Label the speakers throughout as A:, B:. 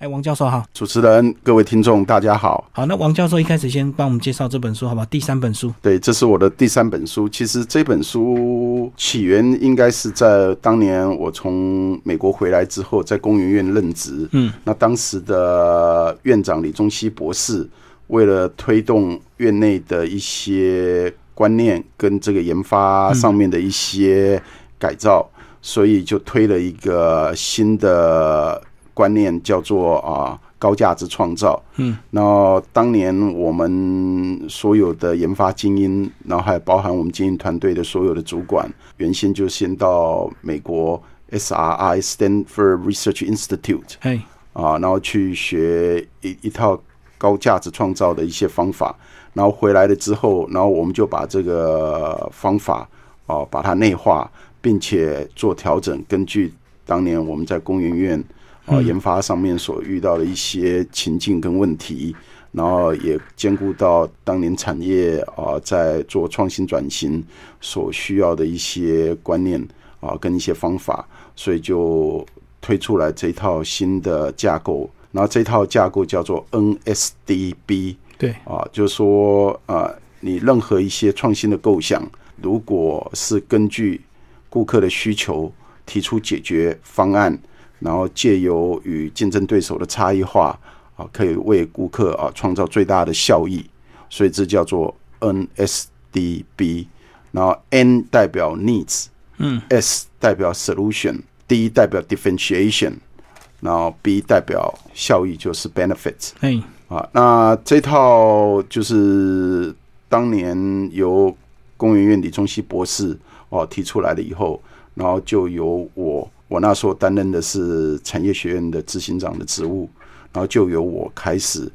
A: 哎，王教授好，
B: 主持人、各位听众，大家好。
A: 好，那王教授一开始先帮我们介绍这本书，好吧？第三本书，
B: 对，这是我的第三本书。其实这本书起源应该是在当年我从美国回来之后，在工研院任职。
A: 嗯，
B: 那当时的院长李宗熙博士，为了推动院内的一些观念跟这个研发上面的一些改造，所以就推了一个新的观念，叫做啊。高价值创造，
A: 嗯，
B: 然后当年我们所有的研发精英，然后还包含我们经营团队的所有的主管，原先就先到美国 SRI Stanford Research Institute
A: 哎，
B: 啊，然后去学一一套高价值创造的一些方法，然后回来了之后，然后我们就把这个方法哦、把它内化，并且做调整，根据当年我们在工研院啊、研发上面所遇到的一些情境跟问题。然后也兼顾到当年产业啊、在做创新转型所需要的一些观念啊、跟一些方法，所以就推出来这套新的架构。然后这套架构叫做 NSDB
A: 对，
B: 啊，就是说呃，你任何一些创新的构想，如果是根据顾客的需求提出解决方案，然后借由与竞争对手的差异化啊，可以为顾客啊创造最大的效益，所以这叫做 NSDB。然后 N 代表 needs，
A: 嗯
B: ，S 代表 solution，D 代表 differentiation，然后 B 代表效益就是 benefits。
A: 哎，
B: 啊，那这套就是当年由工研院李宗熙博士哦提出来了以后，然后就由我我那时候担任的是产业学院的执行长的职务，然后就由我开始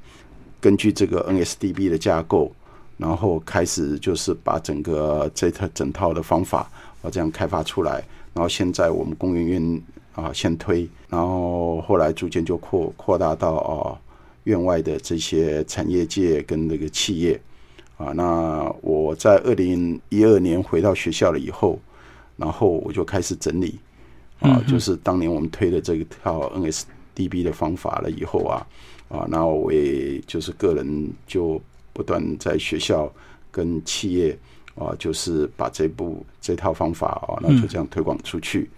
B: 根据这个 NSDB 的架构，然后开始就是把整个这套整套的方法啊这样开发出来，然后现在我们工研院啊先推，然后后来逐渐就扩扩大到啊院外的这些产业界跟那个企业啊。那我在二零一二年回到学校了以后，然后我就开始整理啊，就是当年我们推的这一套 NSDB 的方法了以后啊啊，那我也就是个人就不断在学校跟企业啊，就是把这部这套方法啊，那就这样推广出去，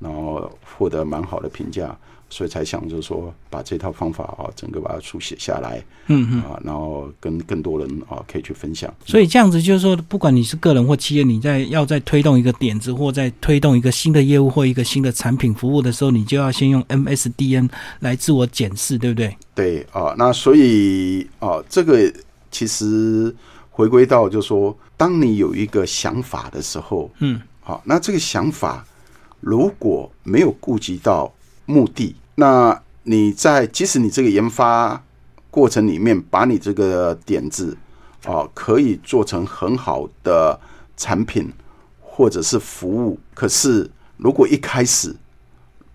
B: 然后获得蛮好的评价。所以才想就是说，把这套方法啊，整个把它书写下来
A: 嗯嗯，
B: 啊，然后跟更多人啊可以去分享。
A: 所以这样子就是说，不管你是个人或企业，你在要在推动一个点子，或在推动一个新的业务或一个新的产品服务的时候，你就要先用 MSDN 来自我检视，对不对？
B: 对啊，那所以啊，这个其实回归到就是说，当你有一个想法的时候，
A: 嗯，
B: 好、那这个想法如果没有顾及到目的，那你在即使你这个研发过程里面，把你这个点子啊、可以做成很好的产品或者是服务，可是如果一开始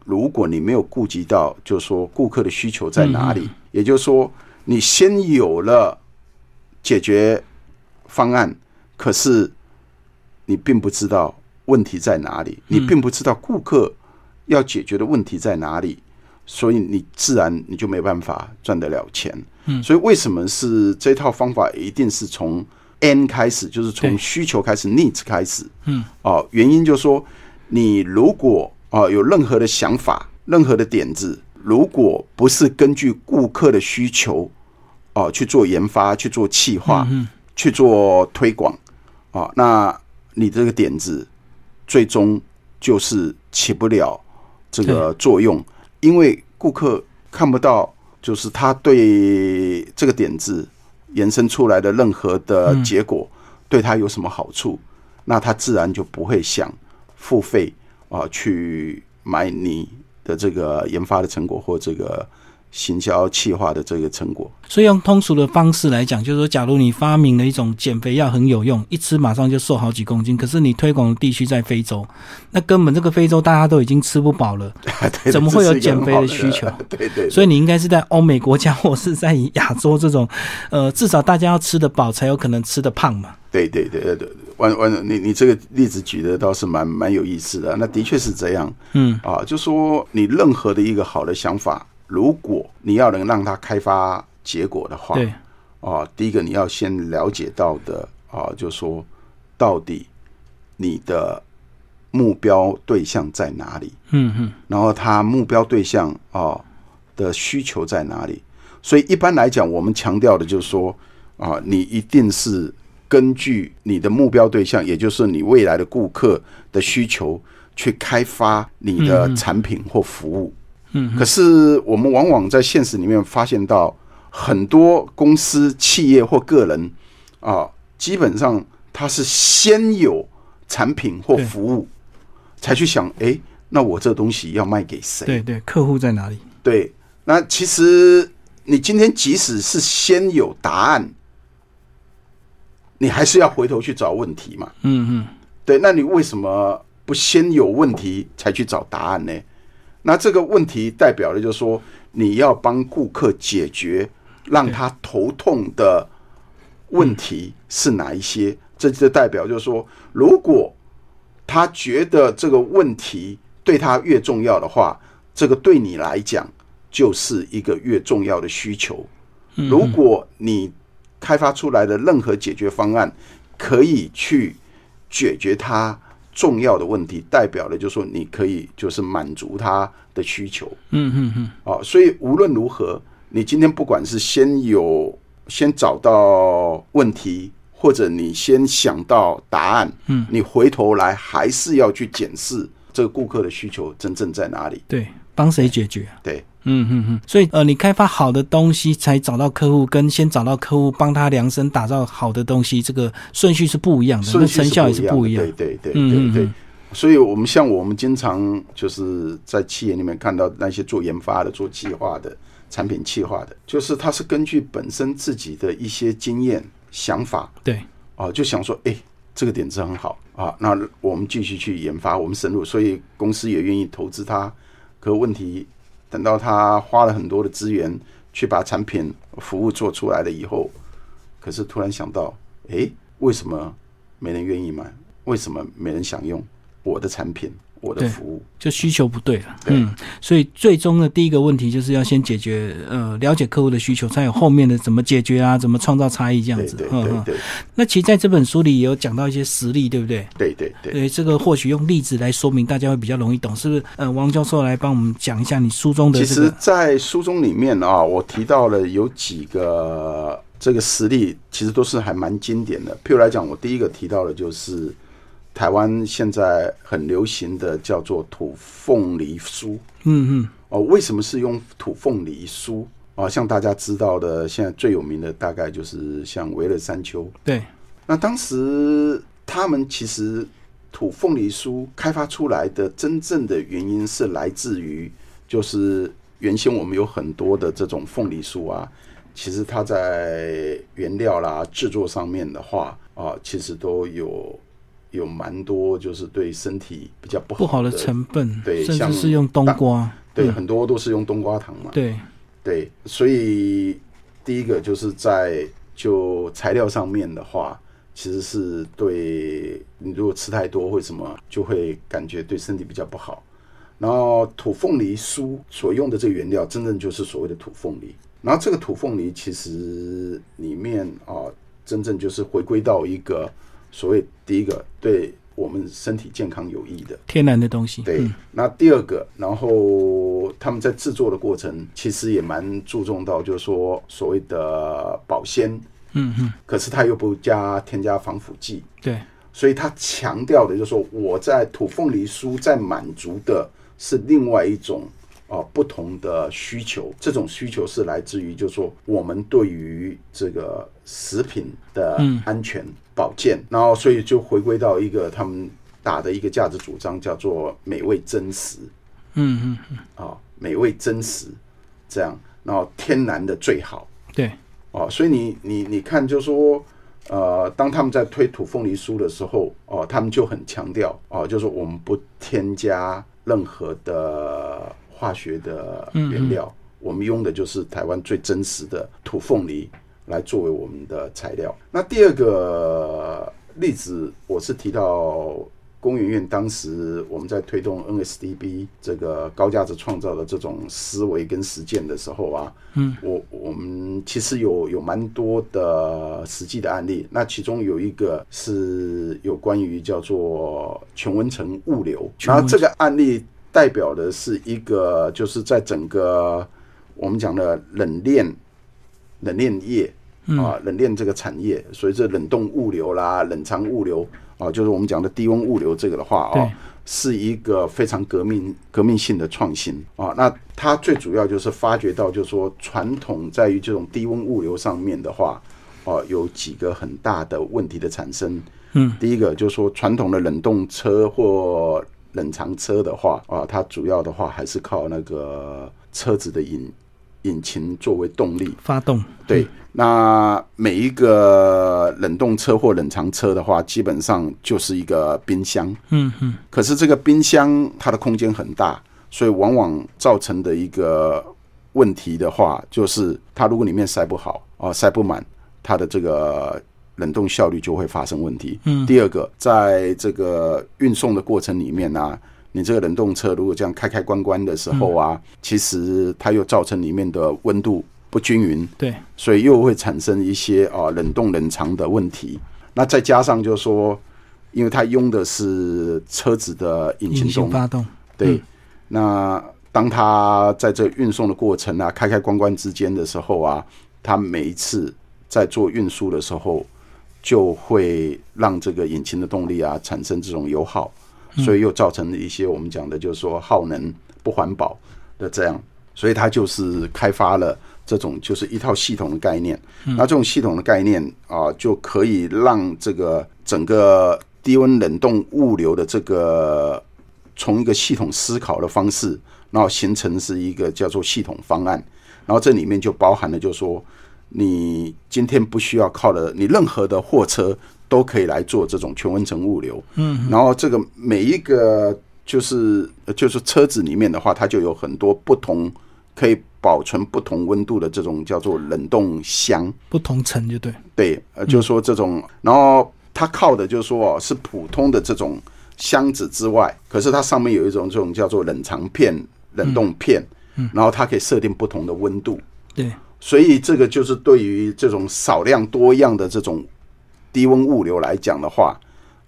B: 如果你没有顾及到，就是说顾客的需求在哪里，也就是说你先有了解决方案，可是你并不知道问题在哪里，你并不知道顾客要解决的问题在哪里，所以你自然你就没办法赚得了钱。嗯，所以为什么是这套方法一定是从 N 开始，就是
A: 对
B: 从需求开始，needs 开始。
A: 嗯，
B: 哦，原因就是说，你如果啊、有任何的想法、任何的点子，如果不是根据顾客的需求哦、去做研发、去做企划、
A: 嗯
B: 去做推广啊、哦那你这个点子最终就是起不了这个作用，因为顾客看不到，就是他对这个点子延伸出来的任何的结果、
A: 嗯
B: 对他有什么好处，那他自然就不会想付费啊、去买你的这个研发的成果或这个行销企划的这个成果。
A: 所以用通俗的方式来讲，就是说，假如你发明了一种减肥药很有用，一吃马上就瘦好几公斤，可是你推广的地区在非洲，那根本这个非洲大家都已经吃不饱了，
B: 对
A: 怎么会有
B: 这是一个很
A: 减肥
B: 好
A: 的需求
B: 对对对
A: 所以你应该是在欧美国家或是在亚洲这种，呃，至少大家要吃得饱才有可能吃得胖嘛。
B: 对对对呃对对，完完，你你这个例子举的倒是蛮蛮有意思的，那的确是这样
A: 嗯
B: 啊，就说你任何的一个好的想法如果你要能让它开发结果的话，
A: 对，
B: 啊，第一个你要先了解到的啊，就说到底你的目标对象在哪里，
A: 嗯嗯，
B: 然后他目标对象啊的需求在哪里。所以一般来讲，我们强调的就是说啊，你一定是根据你的目标对象，也就是你未来的顾客的需求去开发你的产品或服务。
A: 嗯，
B: 可是我们往往在现实里面发现到很多公司、企业或个人啊，基本上他是先有产品或
A: 对
B: 服务，才去想，诶，那我这东西要卖给谁？
A: 对对，客户在哪里？
B: 对，那其实你今天即使是先有答案，你还是要回头去找问题嘛。
A: 嗯嗯，
B: 对，那你为什么不先有问题才去找答案呢？那这个问题代表的就是说，你要帮顾客解决让他头痛的问题是哪一些？这就代表就是说，如果他觉得这个问题对他越重要的话，这个对你来讲就是一个越重要的需求。如果你开发出来的任何解决方案可以去解决它重要的问题，代表的就是说你可以就是满足它的需求。
A: 嗯嗯嗯，
B: 啊，所以无论如何，你今天不管是先有先找到问题，或者你先想到答案，
A: 嗯，
B: 你回头来还是要去检视这个顾客的需求真正在哪里。
A: 对，帮谁解决啊？
B: 对，
A: 嗯嗯嗯，所以呃，你开发好的东西才找到客户，跟先找到客户帮他量身打造好的东西，这个顺序是不一样的，那
B: 顺序
A: 成效也是
B: 不
A: 不
B: 一
A: 一
B: 样
A: 样
B: 的。。对对对
A: 嗯嗯
B: 对
A: 嗯
B: 对。所以，我们像我们经常就是在企业里面看到那些做研发的、做计划的、产品计划的，就是他是根据本身自己的一些经验、想法，
A: 对，
B: 啊，就想说，哎、这个点子很好啊，那我们继续去研发，我们深入，所以公司也愿意投资它。可问题，等到他花了很多的资源去把产品服务做出来了以后，可是突然想到，哎、为什么没人愿意买？为什么没人想用我的产品、我的
A: 对
B: 服务？
A: 就需求不对了。
B: 对
A: 嗯，所以最终的第一个问题就是要先解决呃了解客户的需求，才有后面的怎么解决啊，怎么创造差异这样
B: 对
A: 子。
B: 对
A: 嗯
B: 对
A: 嗯
B: 对
A: 那其实在这本书里也有讲到一些实例，对不对？
B: 对对对。
A: 对，这个或许用例子来说明，大家会比较容易懂，是不是？呃，王教授来帮我们讲一下你书中的
B: 其
A: 这
B: 实
A: 个，，
B: 在书中里面啊，我提到了有几个这个实例，其实都是还蛮经典的。譬如来讲，我第一个提到的就是台湾现在很流行的叫做土凤梨酥
A: 嗯嗯，
B: 哦。为什么是用土凤梨酥啊？像大家知道的，现在最有名的大概就是像维勒山丘。
A: 对，
B: 那当时他们其实土凤梨酥开发出来的真正的原因是来自于，就是原先我们有很多的这种凤梨酥啊，其实它在原料啦制作上面的话啊，其实都有有蛮多就是对身体比较不好
A: 不好的
B: 的
A: 成分，嗯
B: 对
A: 甚至
B: 像
A: 是用冬瓜，
B: 对，很多都是用冬瓜糖嘛，
A: 对，
B: 对，所以第一个就是在就材料上面的话，其实是对你如果吃太多会什么，就会感觉对身体比较不好。然后土凤梨酥所用的这个原料，真正就是所谓的土凤梨。然后这个土凤梨其实里面啊，真正就是回归到一个所谓第一个对我们身体健康有益的，
A: 天然的东西，嗯
B: 对，那第二个，然后他们在制作的过程其实也蛮注重到，就是说所谓的保鲜，
A: 嗯嗯，
B: 可是它又不加添加防腐剂，
A: 对，
B: 所以它强调的就是说我在土凤梨酥在满足的是另外一种啊、呃不同的需求，这种需求是来自于就是说我们对于这个食品的安全保健，然后所以就回归到一个他们打的一个价值主张，叫做美味真实。
A: 嗯嗯，
B: 啊，美味真实，这样，然后天然的最好
A: 对，
B: 哦、所以你你你看，就说，呃，当他们在推土凤梨酥的时候，哦、他们就很强调哦、就说我们不添加任何的化学的原料，我们用的就是台湾最真实的土凤梨来作为我们的材料。那第二个例子，我是提到工研院当时我们在推动 NSDB 这个高价值创造的这种思维跟实践的时候啊，
A: 嗯，
B: 我我们其实有有蛮多的实际的案例。那其中有一个是有关于叫做全文城物流，
A: 全
B: 然
A: 文
B: 后这个案例代表的是一个就是在整个我们讲的冷链冷链业
A: 嗯
B: 啊，冷链这个产业，随着冷冻物流啦、冷藏物流啊，就是我们讲的低温物流这个的话
A: 对
B: 啊，是一个非常革命革命性的创新啊。那它最主要就是发掘到，就是说传统在于这种低温物流上面的话，哦、有几个很大的问题的产生。
A: 嗯，
B: 第一个就是说传统的冷冻车或冷藏车的话啊，它主要的话还是靠那个车子的引引擎作为动力。
A: 发动，
B: 对，那每一个冷冻车或冷藏车的话，基本上就是一个冰箱。
A: 嗯嗯，
B: 可是这个冰箱它的空间很大，所以往往造成的一个问题的话，就是它如果里面塞不好啊、塞不满，它的这个冷冻效率就会发生问题。
A: 嗯
B: 第二个，在这个运送的过程里面呢、你这个冷冻车如果这样开开关关的时候啊，其实它又造成里面的温度不均匀，
A: 对，
B: 所以又会产生一些啊冷冻冷藏的问题。那再加上就是说，因为它用的是车子的引
A: 引
B: 擎
A: 擎
B: 动力，
A: 发动，
B: 对，那当它在这运送的过程啊，开开关关之间的时候啊，它每一次在做运输的时候，就会让这个引擎的动力啊产生这种油耗，所以又造成一些我们讲的就是说耗能不环保的这样，所以它就是开发了这种就是一套系统的概念。那这种系统的概念啊，就可以让这个整个低温冷冻物流的这个从一个系统思考的方式，然后形成是一个叫做系统方案，然后这里面就包含了，就是说你今天不需要靠的，你任何的货车都可以来做这种全温层物流，嗯，然后这个每一个就是就是车子里面的话，它就有很多不同可以保存不同温度的这种叫做冷冻箱，
A: 不同层就对，
B: 对，呃，就是说这种，然后它靠的就是说哦是普通的这种箱子之外，可是它上面有一种这种叫做冷藏片、冷冻片，然后它可以设定不同的温度，
A: 对，
B: 所以这个就是对于这种少量多样的这种低温物流来讲的话，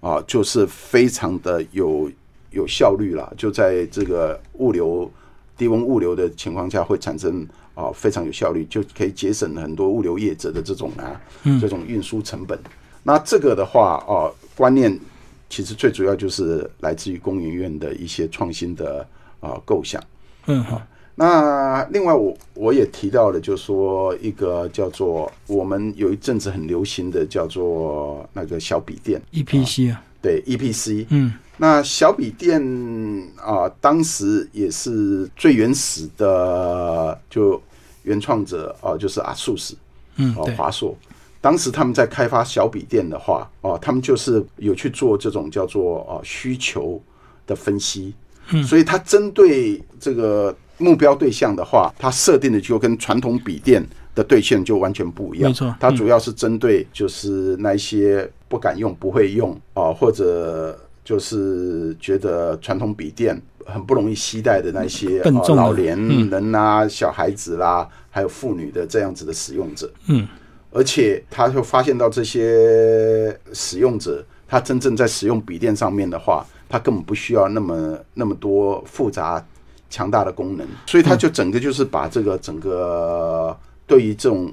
B: 啊，就是非常的有有效率啦，就在这个物流低温物流的情况下，会产生啊非常有效率，就可以节省很多物流业者的这种啊这种运输成本。那这个的话，哦、观念其实最主要就是来自于工研院的一些创新的啊构想。
A: 嗯好，
B: 那另外我我也提到了，就是说一个叫做我们有一阵子很流行的叫做那个小笔电，
A: ，EPC 啊，
B: 对 EPC。
A: 嗯，
B: 那小笔电啊、当时也是最原始的，就原创者啊、就是阿素斯，
A: 嗯
B: 哦
A: 对，
B: 华硕。当时他们在开发小笔电的话，哦，他们就是有去做这种叫做哦需求的分析，
A: 嗯
B: 所以它针对这个目标对象的话，它设定的就跟传统笔电的对象就完全不一样。
A: 没错嗯
B: 它主要是针对就是那一些不敢用、不会用啊、或者就是觉得传统笔电很不容易携带的那些、
A: 笨
B: 啊
A: 重的嗯
B: 老年人啊、小孩子啦、还有妇女的这样子的使用者。
A: 嗯，
B: 而且他就发现到这些使用者，他真正在使用笔电上面的话，他根本不需要那么那么多复杂强大的功能，所以他就整个就是把这个整个对于这种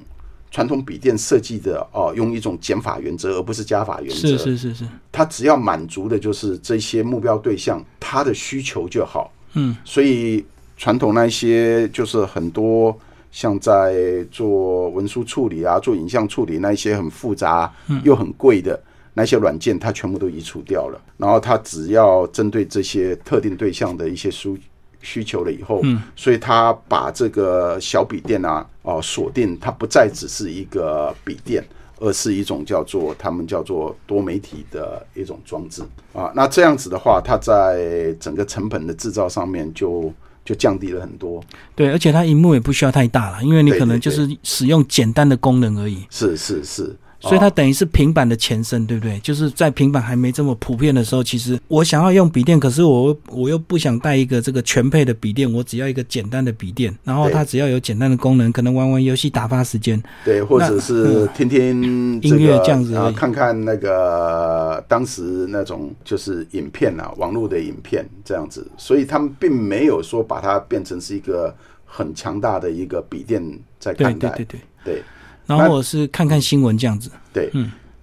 B: 传统笔电设计的哦，用一种减法原则而不是加法原则，
A: 是是是是，
B: 他只要满足的就是这些目标对象他的需求就好。
A: 嗯，
B: 所以传统那一些就是很多像在做文书处理啊、做影像处理那一些很复杂又很贵的那些软件，它全部都移除掉了。然后它只要针对这些特定对象的一些需需求了以后，所以它把这个小笔电啊，哦、锁定它不再只是一个笔电。而是一种叫做他们叫做多媒体的一种装置啊。那这样子的话，它在整个成本的制造上面就就降低了很多。
A: 对，而且它荧幕也不需要太大了，因为你
B: 对
A: 可能
B: 对
A: 就
B: 对
A: 是使用简单的功能而已，
B: 是是是，哦
A: 所以它等于是平板的前身，对不对？就是在平板还没这么普遍的时候，其实我想要用笔电，可是我我又不想带一个这个全配的笔电，我只要一个简单的笔电，然后它只要有简单的功能，可能玩玩游戏打发时间。
B: 对，或者是听听、这个、
A: 嗯音乐这样子而已
B: 啊，看看那个当时那种就是影片啊，网络的影片这样子，所以他们并没有说把它变成是一个很强大的一个笔电在
A: 对
B: 看
A: 对
B: 待，
A: 对对。嗯
B: 对
A: 然后我是看看新闻这样子，
B: 对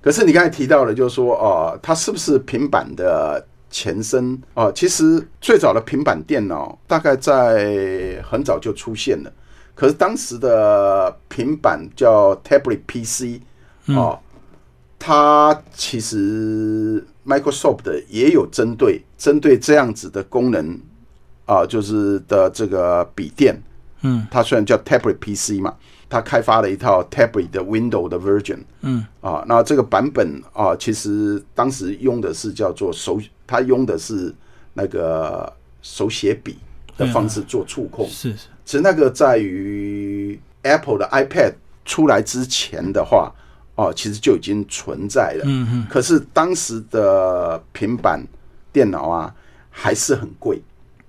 B: 可是你刚才提到了，就是说哦、它是不是平板的前身哦、其实最早的平板电脑大概在很早就出现了，可是当时的平板叫 tablet PC
A: 嗯
B: 哦、它其实 Microsoft 的也有针对针对这样子的功能啊、就是的这个笔电，
A: 嗯，
B: 它虽然叫 tablet PC 嘛，它开发了一套 tablet 的 Window 的 version，
A: 嗯，
B: 啊，那这个版本啊，其实当时用的是叫做手，它用的是那个手写笔
A: 啊
B: 的方式做触控，
A: 是是，
B: 其实那个在于 Apple 的 iPad 出来之前的话，哦、其实就已经存在了。
A: 嗯嗯，
B: 可是当时的平板电脑啊，还是很贵，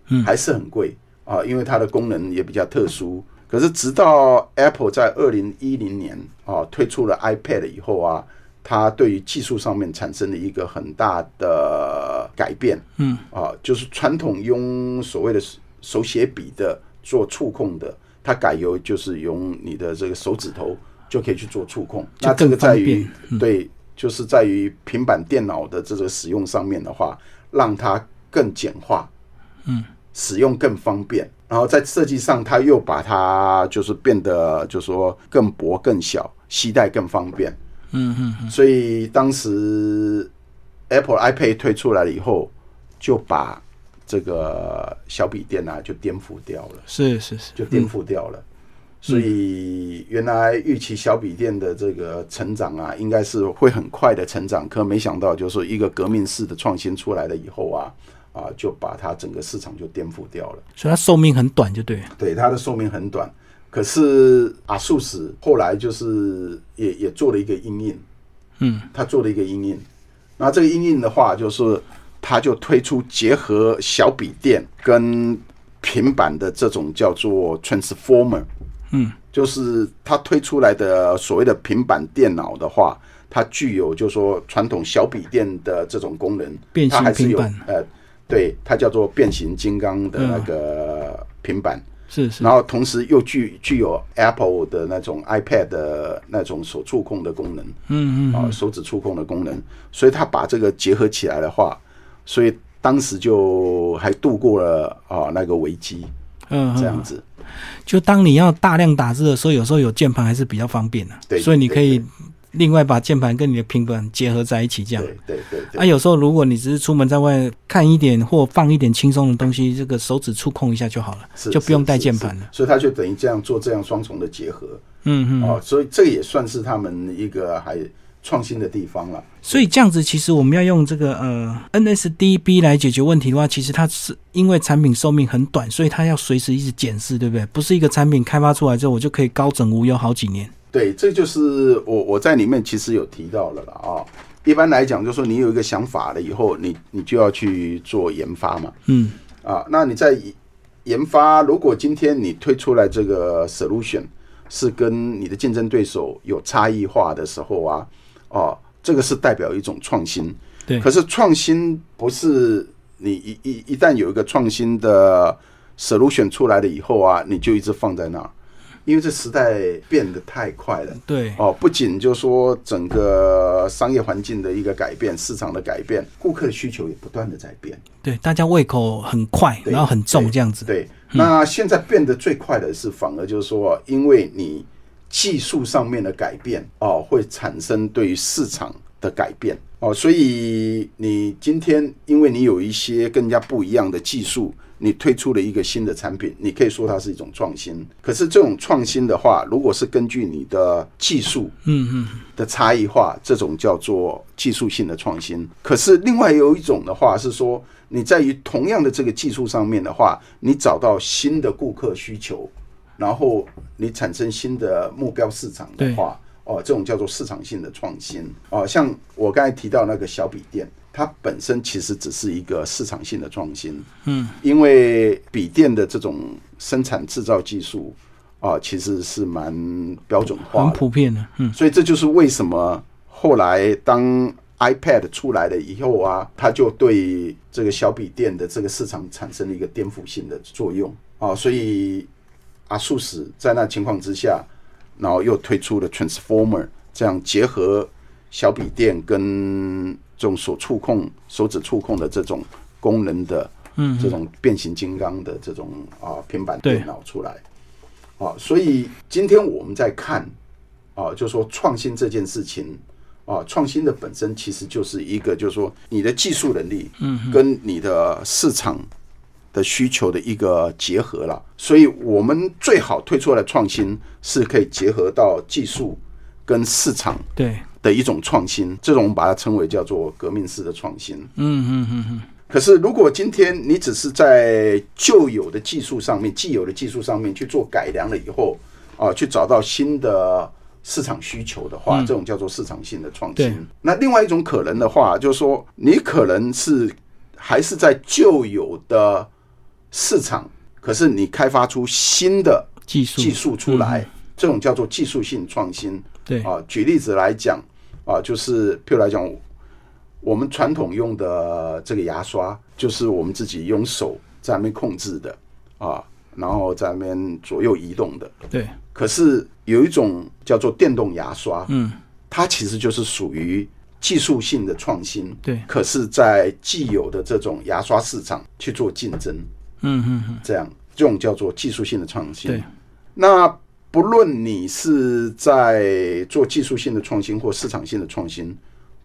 A: 嗯
B: 还是很贵啊，因为它的功能也比较特殊。可是直到 Apple 在二零一零年啊推出了 iPad 以后啊，它对于技术上面产生了一个很大的改变。
A: 嗯
B: 啊，就是传统用所谓的手手写笔的做触控的，它改由就是用你的这个手指头就可以去做触控。
A: 就
B: 那这
A: 更
B: 个在
A: 方便嗯
B: 于、对，就是在于平板电脑的这个使用上面的话，让它更简化，
A: 嗯，
B: 使用更方便。然后在设计上，它又把它就是变得就是说更薄、更小，携带更方便。
A: 嗯嗯嗯，
B: 所以当时 Apple iPad 推出来了以后，就把这个小笔电啊就颠覆掉了，
A: 是是是，
B: 就颠覆掉了。所以原来预期小笔电的这个成长啊，应该是会很快的成长，可没想到就是说一个革命式的创新出来了以后啊，啊就把它整个市场就颠覆掉了。
A: 所以它寿命很短，就对了。
B: 对，它的寿命很短。可是阿素史后来就是也也做了一个阴影，
A: 嗯，
B: 他做了一个阴影。那这个阴影的话，就是他就推出结合小笔电跟平板的这种叫做 transformer，
A: 嗯，
B: 就是它推出来的所谓的平板电脑的话，它具有就是说传统小笔电的这种功能，
A: 变形
B: 它还是
A: 平
B: 有
A: 板
B: 呃，对，它叫做变形金刚的那个
A: 嗯
B: 平板。
A: 是是
B: 然后同时又具具有 Apple 的那种 iPad 的那种手触控的功能，
A: 嗯嗯
B: 啊、手指触控的功能，所以它把这个结合起来的话，所以当时就还度过了啊、那个危机，
A: 嗯，嗯
B: 这样子。
A: 就当你要大量打字的时候，有时候有键盘还是比较方便的、
B: 对
A: 所以你
B: 对
A: 可以
B: 对
A: 另外把键盘跟你的平板结合在一起，这样。
B: 对对对
A: 啊，
B: 对，
A: 有时候如果你只是出门在外看一点或放一点轻松的东西，这个手指触控一下就好了，
B: 是
A: 就不用
B: 是
A: 带
B: 是
A: 键
B: 是
A: 盘了。
B: 所以它就等于这样做这样双重的结合
A: 嗯嗯，
B: 啊、所以这个也算是他们一个还创新的地方了。
A: 所以这样子，其实我们要用这个呃 NSDB 来解决问题的话，其实它是因为产品寿命很短，所以它要随时一直检视，对不对？不是一个产品开发出来之后，我就可以高枕无忧好几年。
B: 对，这就是我我在里面其实有提到了啦啊、一般来讲，就是说你有一个想法了以后，你你就要去做研发嘛
A: 嗯
B: 啊。那你在研研发，如果今天你推出来这个 solution 是跟你的竞争对手有差异化的时候啊，哦、这个是代表一种创新。
A: 对
B: 可是创新不是你一一一旦有一个创新的 solution 出来了以后啊，你就一直放在那儿，因为这时代变得太快了。
A: 对，
B: 哦，不仅就说整个商业环境的一个改变、市场的改变，顾客的需求也不断的在变。
A: 对，大家胃口很快，
B: 对
A: 然后很重这样子。
B: 对，那现在变得最快的是，反而就是说，因为你技术上面的改变哦，会产生对于市场的改变哦，所以你今天因为你有一些更加不一样的技术，你推出了一个新的产品，你可以说它是一种创新。可是这种创新的话，如果是根据你的技术
A: 嗯嗯，
B: 的差异化，这种叫做技术性的创新。可是另外有一种的话是说，你在于同样的这个技术上面的话，你找到新的顾客需求，然后你产生新的目标市场的话，哦，这种叫做市场性的创新哦。像我刚才提到那个小笔电，它本身其实只是一个市场性的创新，
A: 嗯，
B: 因为笔电的这种生产制造技术啊，其实是蛮标准
A: 很
B: 化的，
A: 普遍的，嗯
B: 所以这就是为什么后来当 iPad 出来了以后啊，它就对这个小笔电的这个市场产生了一个颠覆性的作用啊，所以阿素史在那情况之下，然后又推出了 Transformer，这样结合小笔电跟这种所触控手指触控的这种功能的
A: 嗯
B: 这种变形金刚的这种啊平板
A: 对
B: 电脑出来，啊，所以今天我们在看啊，就说创新这件事情啊，创新的本身其实就是一个，就是说你的技术能力，嗯，跟你的市场的需求的一个结合了。所以我们最好推出来的创新是可以结合到技术跟市场
A: 对，
B: 的一种创新，这种我们把它称为叫做革命式的创新。
A: 嗯嗯嗯嗯，
B: 可是，如果今天你只是在旧有的技术上面、既有的技术上面去做改良了以后，啊，去找到新的市场需求的话，这种叫做市场性的创
A: 嗯对
B: 新。那另外一种可能的话，就是说你可能是还是在旧有的市场，可是你开发出新的
A: 技术嗯
B: 技术出来，这种叫做技术性创新。
A: 对
B: 啊，举例子来讲啊，就是譬如来讲，我们传统用的这个牙刷，就是我们自己用手在那边控制的啊，然后在那边左右移动的。
A: 对，
B: 可是有一种叫做电动牙刷，
A: 嗯
B: 它其实就是属于技术性的创新，
A: 对，
B: 可是，在既有的这种牙刷市场去做竞争，
A: 嗯嗯嗯，
B: 这样这种叫做技术性的创新。
A: 对，
B: 那不论你是在做技术性的创新或市场性的创新，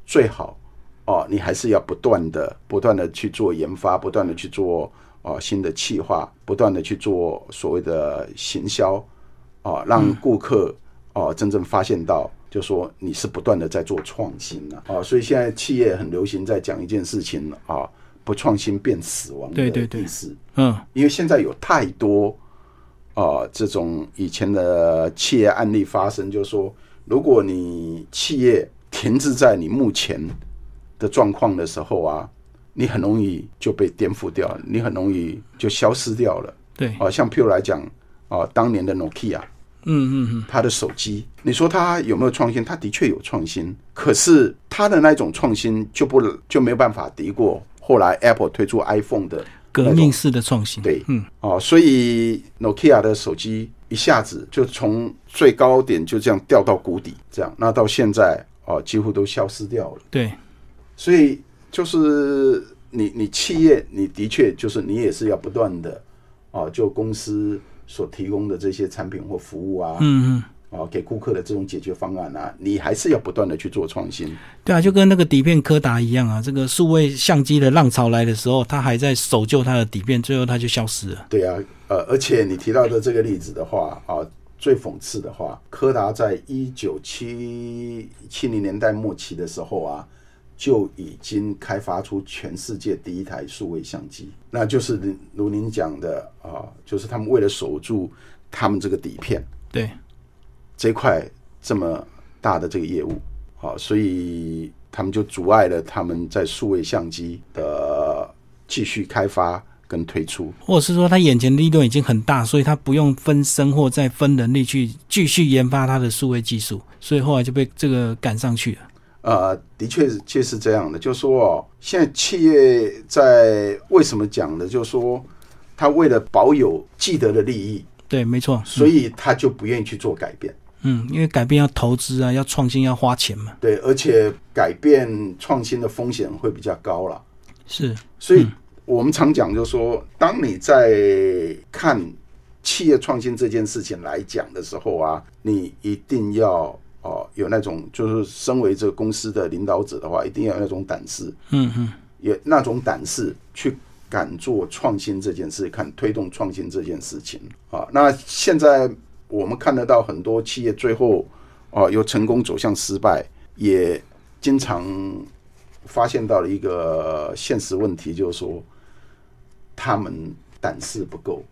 B: 最好哦，你还是要不断的、不断的去做研发，不断的去做哦新的企划，不断的去做哦所谓的行销，哦，让顾客哦真正发现到。就说你是不断的在做创新了啊、哦，所以现在企业很流行在讲一件事情啊、不创新变死亡的
A: 对对对
B: 意思。
A: 嗯
B: 因为现在有太多呃这种以前的企业案例发生，就是说，如果你企业停滞在你目前的状况的时候啊，你很容易就被颠覆掉了，你很容易就消失掉了。
A: 对，
B: 啊、像譬如来讲，啊、当年的 Nokia，
A: 嗯嗯嗯，
B: 他的手机，你说他有没有创新？他的确有创新，可是他的那种创新就不就没有办法敌过后来 Apple 推出 iPhone 的那
A: 革
B: 种
A: 命式的创新，
B: 对，
A: 嗯，
B: 哦，所以 Nokia 的手机一下子就从最高点就这样掉到谷底，这样，那到现在哦，几乎都消失掉了。
A: 对
B: 所以就是你你企业，你的确就是你也是要不断的哦，就公司所提供的这些产品或服务啊，
A: 嗯嗯。
B: 哦，给顾客的这种解决方案啊，你还是要不断的去做创新。
A: 对啊，就跟那个底片柯达一样啊，这个数位相机的浪潮来的时候，它还在守旧它的底片，最后它就消失了。
B: 对啊，呃，而且你提到的这个例子的话啊，最讽刺的话，柯达在一九七七零年代末期的时候啊，就已经开发出全世界第一台数位相机，那就是如如您讲的啊，就是他们为了守住他们这个底片
A: 对，
B: 这块这么大的这个业务，啊，所以他们就阻碍了他们在数位相机的继续开发跟推出。
A: 或者是说它眼前利润已经很大，所以它不用分生或再分人力去继续研发它的数位技术，所以后来就被这个赶上去了。
B: 呃，的确是确是这样的，就是说哦，现在企业在为什么讲的，就是说他为了保有既得的利益，
A: 对，没错，
B: 所以他就不愿意去做改变。
A: 嗯，因为改变要投资啊，要创新，要花钱嘛。
B: 对，而且改变创新的风险会比较高了。
A: 是，
B: 所以我们常讲，就是说，当你在看企业创新这件事情来讲的时候啊，你一定要哦有那种，就是身为这个公司的领导者的话，一定要有那种胆识。
A: 嗯嗯，
B: 也那种胆识去敢做创新这件事，敢推动创新这件事情啊。那现在我们看得到很多企业最后啊，由成功走向失败，也经常发现到了一个现实问题，就是说他们胆识不够。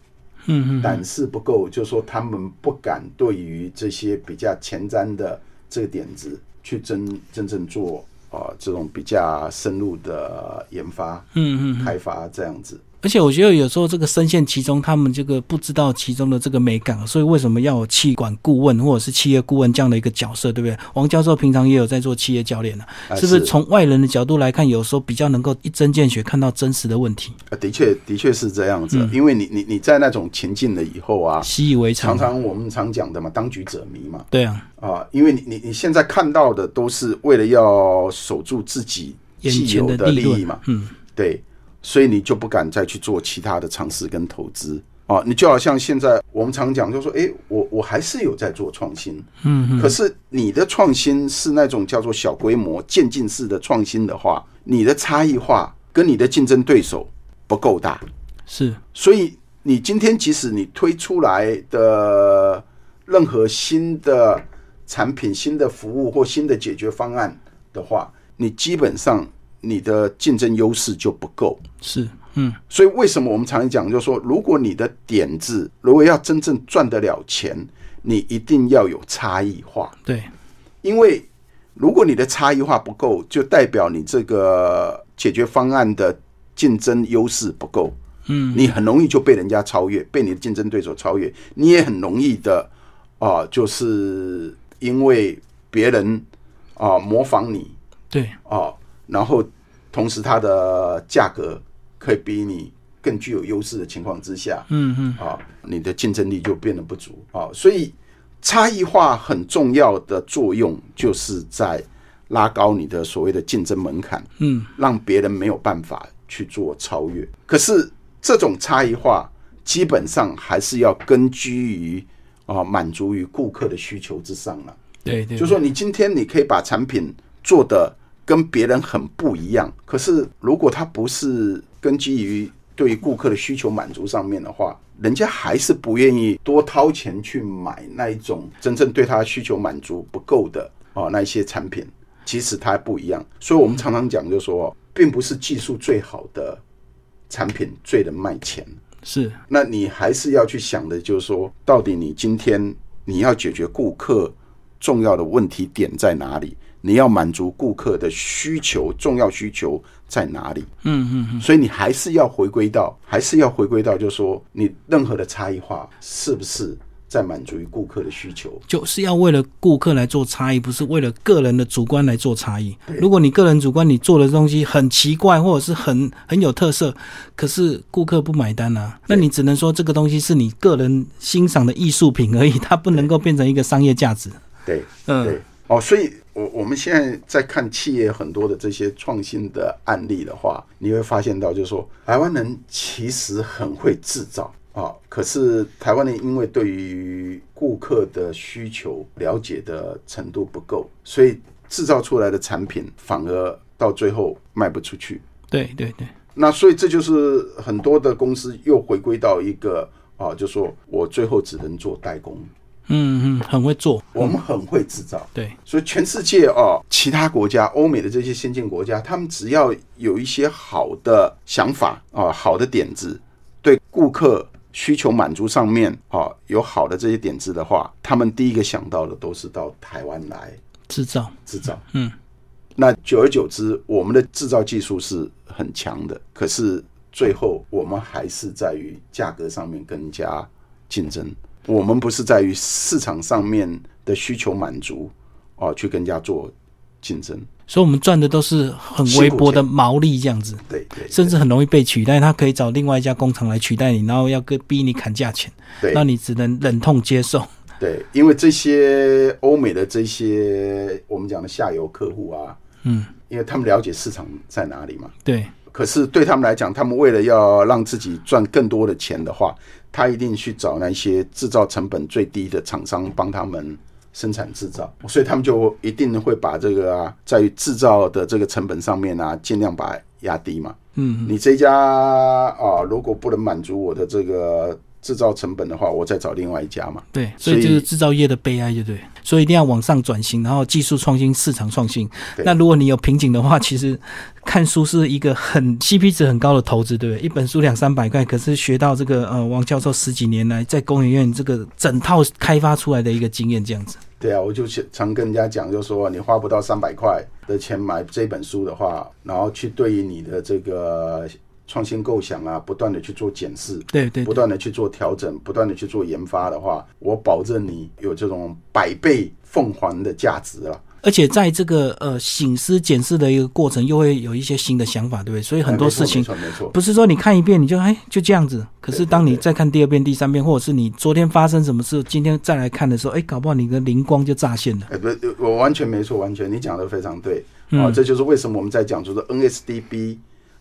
A: 嗯嗯，
B: 胆识不够，就是说他们不敢对于这些比较前瞻的这个点子去真真正做啊、呃这种比较深入的研发、
A: 嗯嗯嗯。
B: 开发这样子。
A: 而且我觉得有时候这个深陷其中，他们这个不知道其中的这个美感，所以为什么要有气管顾问或者是企业顾问这样的一个角色，对不对？王教授平常也有在做企业教练呢、
B: 啊
A: 是不是？从外人的角度来看，有时候比较能够一针见血看到真实的问题，
B: 呃的确，的确是这样子，
A: 嗯
B: 因为你你你在那种情境了以后啊，
A: 习以为
B: 常
A: 常。
B: 常我们常讲的嘛，当局者迷嘛，
A: 对啊，
B: 啊，因为你你你现在看到的都是为了要守住自己
A: 眼
B: 既
A: 前
B: 有
A: 的
B: 的利
A: 利润
B: 益嘛，
A: 嗯，
B: 对，所以你就不敢再去做其他的尝试跟投资啊。你就好像现在我们常讲，就说，诶，我我还是有在做创新，嗯，可是你的创新是那种叫做小规模渐进式的创新的话，你的差异化跟你的竞争对手不够大，
A: 是，
B: 所以你今天即使你推出来的任何新的产品、新的服务或新的解决方案的话，你基本上你的竞争优势就不够。
A: 是，嗯，
B: 所以为什么我们常讲，就是说，如果你的点子如果要真正赚得了钱，你一定要有差异化。
A: 对，
B: 因为如果你的差异化不够，就代表你这个解决方案的竞争优势不够，嗯，你很容易就被人家超越，被你的竞争对手超越，你也很容易的啊、就是因为别人啊、模仿你
A: 对，
B: 啊、然后同时它的价格可以比你更具有优势的情况之下，
A: 嗯嗯，
B: 啊，你的竞争力就变得不足啊。所以差异化很重要的作用，就是在拉高你的所谓的竞争门槛，
A: 嗯，
B: 让别人没有办法去做超越。可是这种差异化基本上还是要根据于啊满足于顾客的需求之上了、
A: 对对，
B: 就说你今天你可以把产品做的跟别人很不一样，可是如果它不是根基于对于顾客的需求满足上面的话，人家还是不愿意多掏钱去买那一种真正对他需求满足不够的哦那一些产品，即使它不一样。所以我们常常讲，就说并不是技术最好的产品最能卖钱。
A: 是，
B: 那你还是要去想的，就是说，到底你今天你要解决顾客重要的问题点在哪里？你要满足顾客的需求，重要需求在哪里？
A: 嗯嗯嗯，
B: 所以你还是要回归到，还是要回归到，就是说，你任何的差异化是不是在满足于顾客的需求？
A: 就是要为了顾客来做差异，不是为了个人的主观来做差异。如果你个人主观你做的东西很奇怪，或者是很很有特色，可是顾客不买单啊，那你只能说这个东西是你个人欣赏的艺术品而已，它不能够变成一个商业价值。
B: 对，
A: 嗯
B: 对，哦，所以我我们现在在看企业很多的这些创新的案例的话，你会发现到，就是说台湾人其实很会制造啊，可是台湾人因为对于顾客的需求了解的程度不够，所以制造出来的产品反而到最后卖不出去。
A: 对对对，
B: 那所以这就是很多的公司又回归到一个啊，就说我最后只能做代工。
A: 嗯嗯，很会做，
B: 我们很会制造，
A: 对，
B: 所以全世界哦，其他国家、欧美的这些先进国家，他们只要有一些好的想法啊、好的点子，对顾客需求满足上面啊、有好的这些点子的话，他们第一个想到的都是到台湾来
A: 制造，
B: 制造。
A: 嗯，
B: 那久而久之，我们的制造技术是很强的，可是最后我们还是在于价格上面更加竞争。我们不是在于市场上面的需求满足哦，去跟人家做竞争。
A: 所以我们赚的都是很微薄的毛利这样子。
B: 对对
A: 甚至很容易被取代，他可以找另外一家工厂来取代你，然后要跟逼你砍价钱，
B: 对
A: 那你只能忍痛接受。
B: 对，因为这些欧美的这些我们讲的下游客户啊，
A: 嗯，
B: 因为他们了解市场在哪里嘛，
A: 对，
B: 可是对他们来讲，他们为了要让自己赚更多的钱的话，他一定去找那些制造成本最低的厂商帮他们生产制造，所以他们就一定会把这个啊，在于制造的这个成本上面啊，尽量把它压低嘛。
A: 嗯，
B: 你这家啊，如果不能满足我的这个制造成本的话，我再找另外一家嘛。
A: 对，所以
B: 所以
A: 这是制造业的悲哀，就对。所以一定要往上转型，然后技术创新、市场创新。
B: 对
A: 那如果你有瓶颈的话，其实看书是一个很 CP 值很高的投资，对不对？一本书两三百块，可是学到这个呃，王教授十几年来在工研院这个整套开发出来的一个经验，这样子。
B: 对啊，我就常跟人家讲，就说你花不到三百块的钱买这本书的话，然后去对于你的这个创新构想啊，不断的去做检视，
A: 对对
B: 不
A: 对
B: 断的去做调整，不断的去做研发的话，我保证你有这种百倍奉还的价值啊了。
A: 而且在这个呃醒思检视的一个过程，又会有一些新的想法，对不对？所以很多
B: 哎没错
A: 事情
B: 没错没错，
A: 不是说你看一遍你就哎就这样子，可是当你
B: 对对
A: 再看第二遍、第三遍，或者是你昨天发生什么事，今天再来看的时候，哎，搞不好你的灵光就乍现了。
B: 哎，不，我完全没错，完全你讲的非常对。
A: 嗯
B: 啊，这就是为什么我们在讲，就是说 NSDB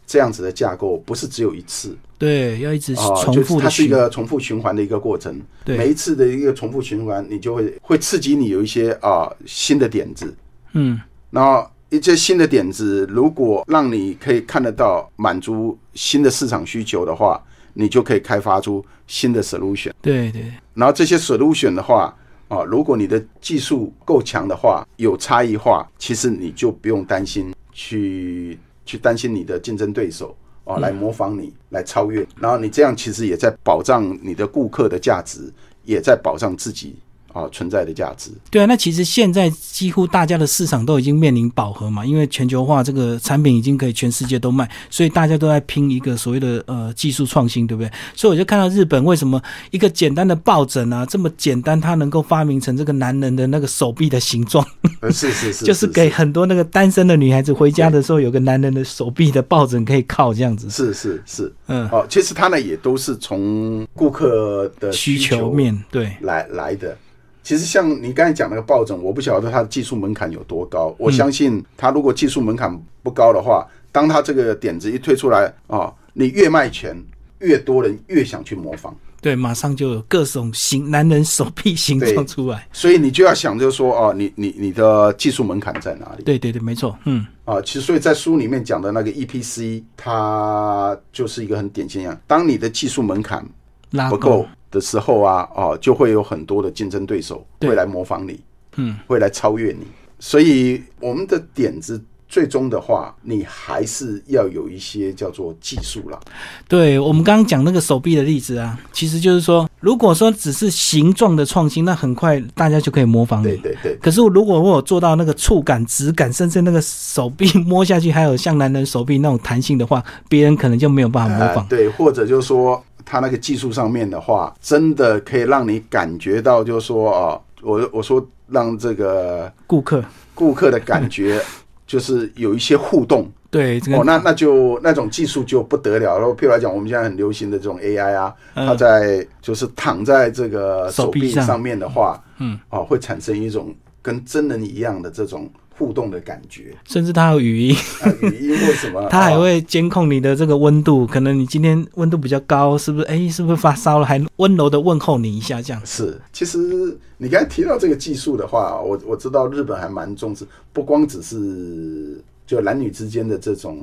B: 这样子的架构不是只有一次
A: 对，要一直
B: 啊，
A: 重
B: 就是
A: 复
B: 它
A: 的
B: 是一
A: 去。
B: 个重复循环的一个过程。每
A: 对，
B: 一次的一个重复循环，你就会会刺激你有一些啊新的点子，
A: 嗯，
B: 然后一些新的点子，如果让你可以看得到满足新的市场需求的话，你就可以开发出新的 solution。
A: 对对
B: 然后这些 solution 的话，啊，如果你的技术够强的话，有差异化，其实你就不用担心去去担心你的竞争对手啊来模仿你，来超越。然后你这样其实也在保障你的顾客的价值，也在保障自己啊存在的价值。
A: 对啊，那其实现在几乎大家的市场都已经面临饱和嘛，因为全球化这个产品已经可以全世界都卖，所以大家都在拼一个所谓的呃技术创新，对不对？所以我就看到日本为什么一个简单的抱枕啊，这么简单，它能够发明成这个男人的那个手臂的形状。
B: 呃，是是是，
A: 就是给很多那个单身的女孩子回家的时候，有个男人的手臂的抱枕可以靠这样子。
B: 是是是，
A: 嗯，
B: 哦，其实它呢也都是从顾客的
A: 呃需求面对，
B: 来来的。其实像你刚才讲那个抱枕，我不晓得它的技术门槛有多高。我相信它如果技术门槛不高的话，当它这个点子一推出来啊、你越卖钱，越多人越想去模仿。
A: 对，马上就有各种形男人手臂形
B: 对
A: 状出来。
B: 所以你就要想，就是说哦，你你你的技术门槛在哪里
A: 对对对，没错，嗯，
B: 啊？其实所以在书里面讲的那个 EPC，它就是一个很典型的，当你的技术门槛
A: 拉
B: 不
A: 钩
B: 够，的时候啊，哦，就会有很多的竞争对手
A: 对
B: 会来模仿你，
A: 嗯，
B: 会来超越你。所以我们的点子最终的话，你还是要有一些叫做技术啦。
A: 对我们刚刚讲那个手臂的例子啊，其实就是说，如果说只是形状的创新，那很快大家就可以模仿
B: 对
A: 你。
B: 对对，
A: 可是如果我有做到那个触感、质感，甚至那个手臂摸下去，还有像男人手臂那种弹性的话，别人可能就没有办法啊模仿
B: 呃。对，或者就是说，它那个技术上面的话，真的可以让你感觉到，就是说啊、哦，我我说让这个
A: 顾客
B: 顾客的感 觉就是有一些互动。
A: 对这个
B: 哦，那那就那种技术就不得了了。譬如来讲，我们现在很流行的这种 AI 啊，
A: 嗯
B: 它在就是躺在这个
A: 手
B: 手
A: 臂
B: 臂
A: 上
B: 上面的话，
A: 嗯，
B: 哦，会产生一种跟真人一样的这种互动的感 觉。
A: 甚至它有语音，
B: 啊，语音为什么？
A: 它还
B: 哦
A: 会监控你的这个温度，可能你今天温度比较高，是不是？哎，是不是发烧了？还温柔的问候你一下，这样。
B: 是，其实你刚才提到这个技术的话，我我知道日本还蛮重视，不光只是就男女之间的这种，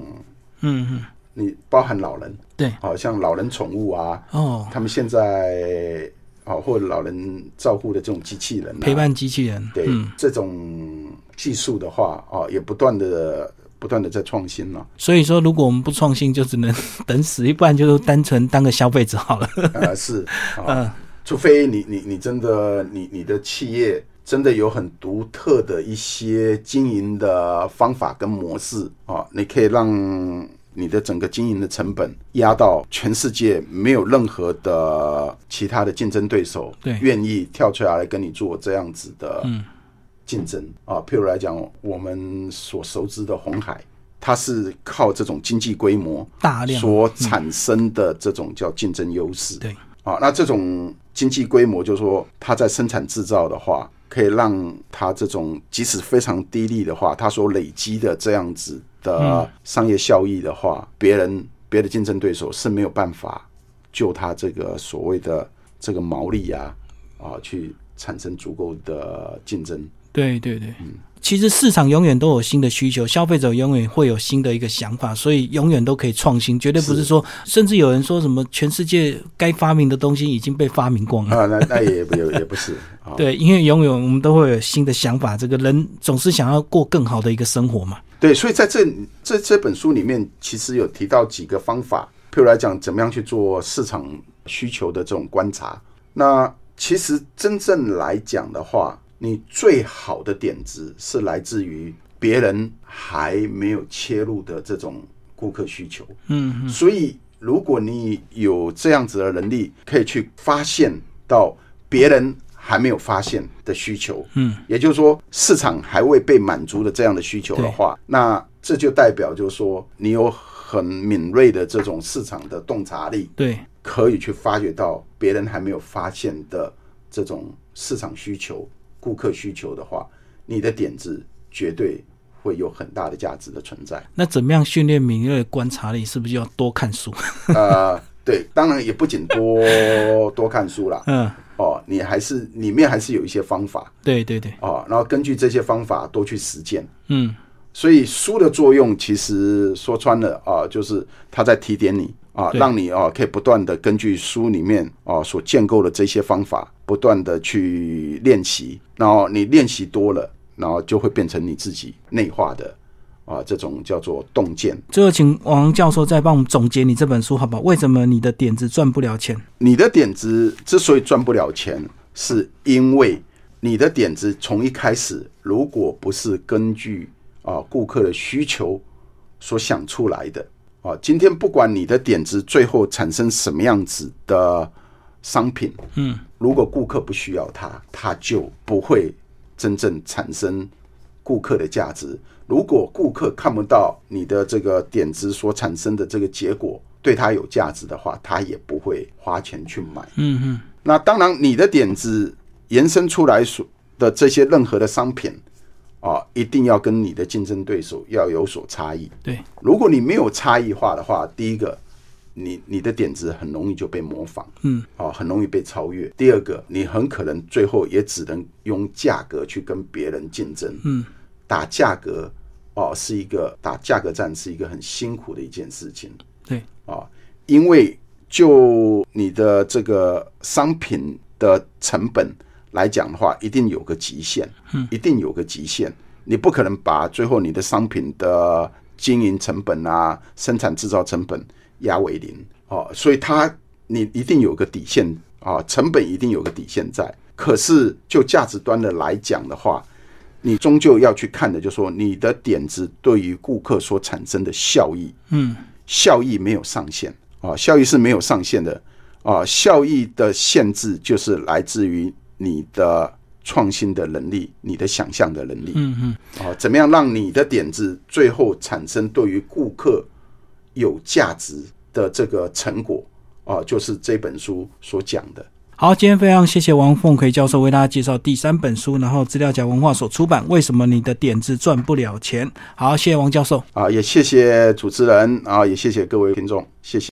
A: 嗯嗯，
B: 你包含老人，
A: 对，
B: 好、像老人宠物啊，
A: 哦，
B: 他们现在啊、哦，或者老人照护的这种机器人、啊、
A: 陪，伴机器人，
B: 对、
A: 嗯，
B: 这种技术的话，哦，也不断的不断的在创新了、
A: 所以说，如果我们不创新，就只能 等死，不然就是单纯当个消费者好了。
B: 啊，是，啊、
A: 嗯
B: 除非你你你真的你你的企业真的有很独特的一些经营的方法跟模式啊、哦，你可以让你的整个经营的成本压到全世界没有任何的其他的竞争对手
A: 对嗯
B: 愿意跳出来跟你做这样子的竞争啊、譬如来讲，我们所熟知的红海，它是靠这种经济规模
A: 大量
B: 所产生的这种叫竞争优势。
A: 对，
B: 啊，那这种经济规模，就是说它在生产制造的话，可以让它这种即使非常低利的话，它所累积的这样子的商业效益的话，别人别的竞争对手是没有办法就它这个所谓的这个毛利啊啊去产生足够的竞争。
A: 对对对，其实市场永远都有新的需求，消费者永远会有新的一个想法，所以永远都可以创新，绝对不是说，甚至有人说什么全世界该发明的东西已经被发明光了。
B: 啊，那那也也也不是啊，
A: 对，因为永远我们都会有新的想法，这个人总是想要过更好的一个生活嘛。
B: 对，所以在这这这本书里面，其实有提到几个方法，譬如来讲，怎么样去做市场需求的这种观察。那其实真正来讲的话，你最好的点子是来自于别人还没有切入的这种顾客需求。
A: 嗯，
B: 所以，如果你有这样子的能力，可以去发现到别人还没有发现的需求，
A: 嗯，
B: 也就是说市场还未被满足的这样的需求的话，那这就代表就是说你有很敏锐的这种市场的洞察力，
A: 对，
B: 可以去发掘到别人还没有发现的这种市场需求、顾客需求的话，你的点子绝对会有很大的价值的存在。
A: 那怎么样训练敏锐的观察力？是不是就要多看书？
B: 呃，对，当然也不仅多多看书啦，
A: 嗯，
B: 哦，你还是里面还是有一些方法
A: 对对对，
B: 哦，然后根据这些方法多去实践。
A: 嗯，
B: 所以书的作用其实说穿了啊，就是它在提点你啊，
A: 对
B: 让你啊可以不断的根据书里面啊所建构的这些方法，不断的去练习，然后你练习多了，然后就会变成你自己内化的啊这种叫做洞见。
A: 最后请王教授再帮我们总结你这本书好不好？为什么你的点子赚不了钱？
B: 你的点子之所以赚不了钱，是因为你的点子从一开始，如果不是根据啊顾客的需求所想出来的啊，今天不管你的点子最后产生什么样子的商品，
A: 嗯，
B: 如果顾客不需要它，它就不会真正产生顾客的价值。如果顾客看不到你的这个点子所产生的这个结果对他有价值的话，他也不会花钱去买。
A: 嗯嗯，
B: 那当然，你的点子延伸出来所的这些任何的商品啊，一定要跟你的竞争对手要有所差异。
A: 对，
B: 如果你没有差异化的话，第一个，你你的点子很容易就被模仿，
A: 嗯，
B: 啊，很容易被超越。第二个，你很可能最后也只能用价格去跟别人竞争，
A: 嗯，
B: 打价格，哦、是一个打价格战是一个很辛苦的一件事情，
A: 对，
B: 啊，因为就你的这个商品的成本来讲的话，一定有个极限，一定有个极限，你不可能把最后你的商品的经营成本啊、生产制造成本压为零哦，所以它你一定有个底线啊，成本一定有个底线在。可是就价值端的来讲的话，你终究要去看的，就是说你的点子对于顾客所产生的效益，
A: 嗯，
B: 效益没有上限啊，效益是没有上限的啊，效益的限制就是来自于你的创新的能力，你的想象的能力，
A: 嗯嗯，
B: 啊，怎么样让你的点子最后产生对于顾客有价值的这个成果啊，就是这本书所讲的。
A: 好，今天非常谢谢王凤奎教授为大家介绍第三本书，然后资料夹文化所出版《为什么你的点子赚不了钱》。好，谢谢王教授。
B: 啊，也谢谢主持人啊，也谢谢各位听众，谢谢。